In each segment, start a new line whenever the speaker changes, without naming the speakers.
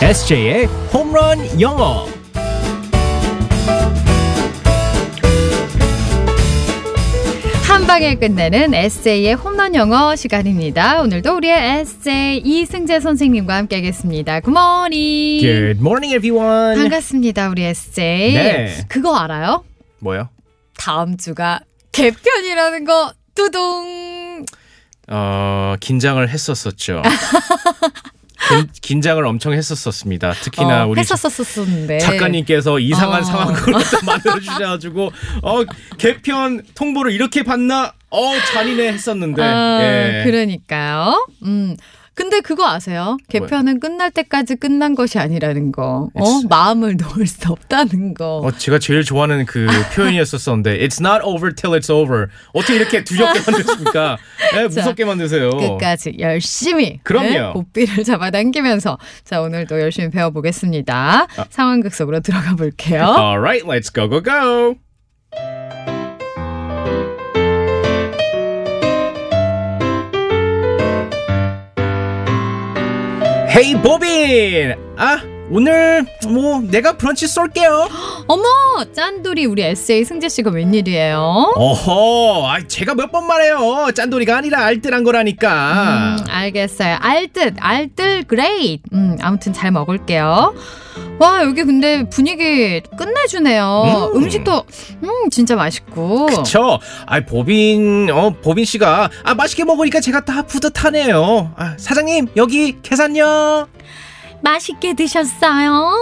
SJ의 홈런 영어.
한 방에 끝내는 에세이의 홈런 영어 시간입니다. 오늘도 우리의 에세이 이승재 선생님과 함께하겠습니다. 굿모닝.
예.
Good morning, everyone.
예. 반갑습니다, 우리 에세이.
네.
그거 알아요?
뭐요?
다음 주가 개편이라는 거 뚜둥.
어, 긴장을 했었었죠. 긴- 긴장을 엄청 했었었습니다. 특히나
어,
우리
했었었었는데.
작가님께서 이상한
어.
상황으로 또 만들어주셔가지고 어, 개편 통보를 이렇게 받나? 어, 잔인해 했었는데.
아,
예.
그러니까요. 음. 근데 그거 아세요? 개편은 끝날 때까지 끝난 것이 아니라는 거. 어?
It's-
마음을 놓을 수 없다는 거.
예. 어, 제가 제일 좋아하는 그 표현이었었었는데 It's not over till it's over. 어떻게 이렇게 두렵게 만드십니까? 예, 무섭게 만드세요.
끝까지 열심히
그럼요.
네? 고삐를 잡아당기면서 자 오늘도 열심히 배워보겠습니다.
아.
상황극 속으로 들어가 볼게요.
Alright, let's go go go.
Hey, 보빈. 아, 오늘 뭐 내가 브런치 쏠게요.
어머 짠돌이 우리 에세이 승재 씨가 웬일이에요?
어허, 아, 제가 몇 번 말해요. 짠돌이가 아니라 알뜰한
아.
거라니까.
음, 알겠어요. 알듯 알뜰 그레이트. 음 아무튼 잘 먹을게요. 와 여기 근데 분위기 끝내주네요.
음.
음. 식도음 진짜 맛있고.
저, 아 보빈, 어 보빈 씨가 아 맛있게 먹으니까 제가 다 뿌듯하네요. 아, 사장님 여기 계산요.
맛있게 드셨어요?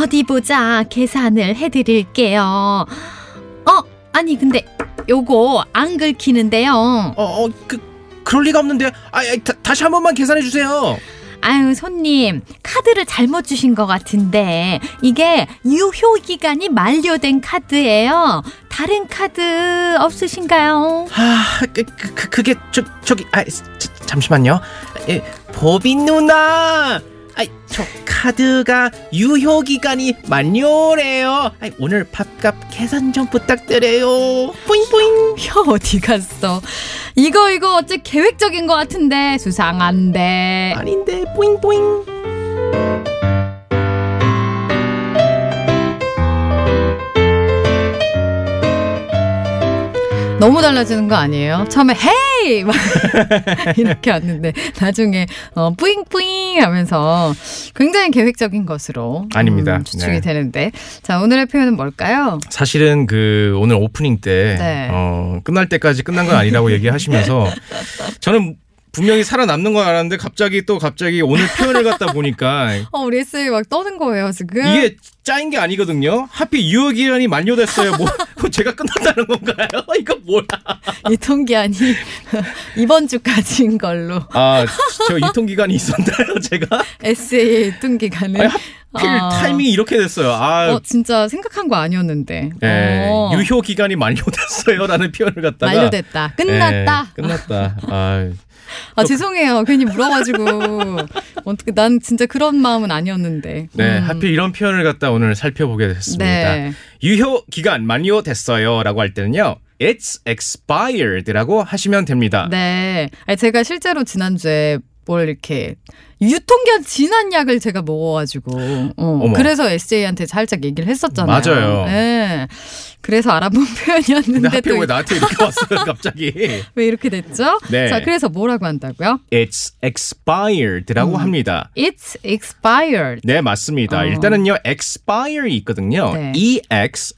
어디 보자. 계산을 해드릴게요. 어, 아니, 근데 요거 안 긁히는데요.
어, 어, 그 그럴 리가 없는데, 아, 아, 다, 다시 한 번만 계산해 주세요.
아유, 손님. 카드를 잘못 주신 것 같은데. 이게 유효기간이 만료된 카드예요. 다른 카드 없으신가요?
아, 그, 그, 그- 그게 저 저기, 아, 자, 잠시만요. 예, 보빈 누나, 아, 저 카드가 유효 기간이 만료래요. 아, 오늘 밥값 계산 좀 부탁드려요. 뿌잉 뿌잉.
혀 어디 갔어? 이거, 이거 어째 계획적인 것 같은데. 수상한데.
아닌데, 뿌잉 뿌잉.
너무 달라지는 거 아니에요? 처음에 헤이 막 이렇게 왔는데 나중에 어, 뿌잉뿌잉 하면서 굉장히 계획적인 것으로
아닙니다.
음, 추측이
네.
되는데 자 오늘의 표현은 뭘까요?
사실은 그 오늘 오프닝 때
네.
어, 끝날 때까지 끝난 건 아니라고 얘기하시면서 저는 분명히 살아남는 건 알았는데 갑자기 또 갑자기 오늘 표현을 갖다 보니까
어 우리 S 막 떠는 거예요 지금
이게 짜인 게 아니거든요. 하필 유효 기간이 만료됐어요. 뭐, 뭐 제가 끝났다는 건가요? 이거 뭐야?
유통기한이 이번 주까지인 걸로
아, 저 유통 기간이 있었나요, 제가?
어. S의 유통기간은
아니, 하필
어,
타이밍이 이렇게 됐어요. 아,
어 진짜 생각한 거 아니었는데
예,
어,
유효 기간이 만료됐어요라는 표현을 갖다가
만료됐다
예,
끝났다
끝났다. 아,
아 죄송해요 괜히 물어가지고 어떻게 난 진짜 그런 마음은 아니었는데
네,
음.
하필 이런 표현을 갖다 오늘 살펴보게 됐습니다.
네.
유효 기간 만료됐어요라고 할 때는요. It's expired라고 하시면 됩니다.
네. 아니, 제가 실제로 지난주에 뭘 이렇게 유통기한 지난 약을 제가 먹어가지고 어,
어머.
그래서 SJ한테 살짝 얘기를 했었잖아요.
맞아요.
네. 그래서 알아본
근데
표현이었는데
하필
또
왜
왜
나한테 이렇게 왔어요, 갑자기?
이렇게 됐죠?
네.
자, 그래서 뭐라고 한다고요?
It's expired라고 합니다.
It's expired.
네, 맞습니다.
음. 어.
일단은요, expire 있거든요. E
네.
E-X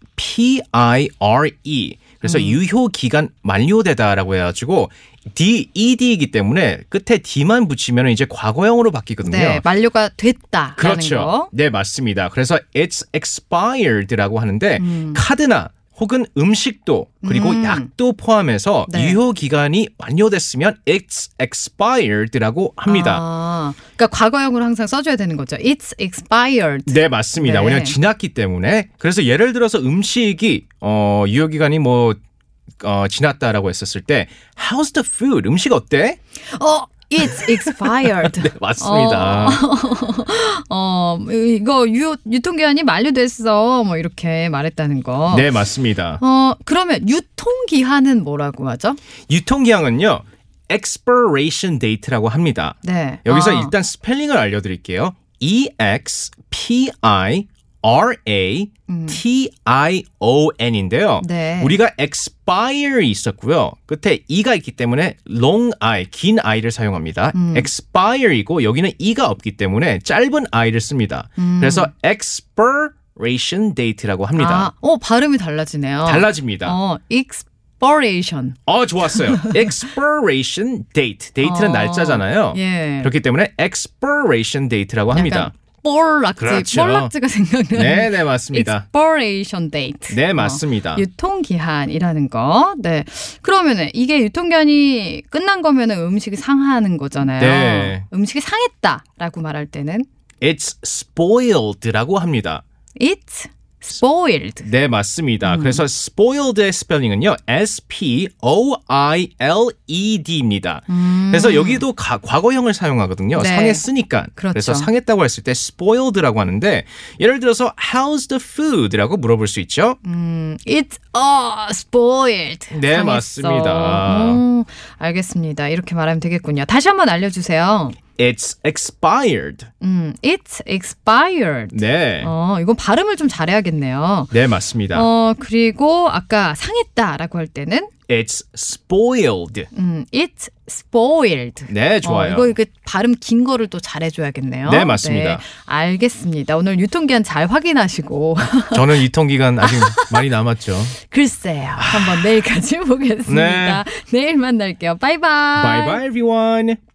P-I-R-E. E.
음.
그래서 유효 기간 만료되다라고 해가지고 D E D이기 때문에 끝에 D만 붙이면 이제 과거형으로 바뀌거든요.
네, 만료가 됐다라는
그렇죠.
거.
네, 맞습니다. 그래서 it's expired라고 하는데
음.
카드나 혹은 음식도 그리고
음.
약도 포함해서
네.
유효 기간이 완료됐으면 it's expired라고 합니다.
아, 그러니까 과거형으로 항상 써줘야 되는 거죠. It's expired.
네, 맞습니다.
네.
왜냐면 지났기 때문에. 그래서 예를 들어서 음식이 어, 유효 기간이 뭐 어, 지났다라고 했었을 때 how's the food? 음식 어때?
어, it's expired.
네, 맞습니다.
어, 이거 유, 유통기한이 만료됐어. 뭐 이렇게 말했다는 거.
네, 맞습니다.
어, 그러면 유통기한은 뭐라고 하죠?
유통 기한은요. expiration date라고 합니다.
네.
여기서
아,
일단 스펠링을 알려드릴게요. E X P I R A T I O N인데요.
네.
우리가 expire이 있었고요. 끝에 e가 있기 때문에 long i, 긴 i를 사용합니다.
음.
expire이고 여기는 e가 없기 때문에 짧은 i를 씁니다.
음.
그래서 expiration date라고
아,
합니다.
어 발음이 달라지네요.
달라집니다.
어, exploration.
어, 좋았어요. expiration date. 데이트는
어,
날짜잖아요.
예.
그렇기 때문에 expiration date라고 합니다.
볼락지,
그렇죠.
볼락지가 생각나는.
네, 네, 맞습니다.
expiration date.
네,
어.
맞습니다.
유통기한이라는 거. 네. 그러면은 이게 유통기한이 끝난 거면은 음식이 상하는 거잖아요.
네.
음식이 상했다라고 말할 때는
It's spoiled라고 합니다.
it's spoiled.
네, 맞습니다.
음.
그래서 spoiled의 스펠링은요. S P O I L E D입니다. 그래서 여기도 가- 과거형을 사용하거든요.
음. 네.
상했으니까.
그렇죠.
그래서 상했다고 했을 때 spoiled라고 하는데 예를 들어서 how's the food라고 물어볼 수 있죠.
음, it's all spoiled.
네,
상했어.
맞습니다.
음, 알겠습니다. 이렇게 말하면 되겠군요. 다시 한번 알려 주세요.
It's expired.
음, it's expired.
네.
어, 이건 발음을 좀 잘해야겠네요.
네, 맞습니다.
어, 그리고 아까 상했다라고 할 때는
It's spoiled.
음, it's spoiled.
네, 좋아요.
어, 이거 이게 발음 긴 거를 또 잘해줘야겠네요.
네, 맞습니다.
알겠습니다. 오늘 유통기한 잘 확인하시고
저는 유통기간 아직 많이 남았죠.
글쎄요.
네.
한번 내일까지 보겠습니다. 내일 만날게요. 바이바이.
Bye bye everyone.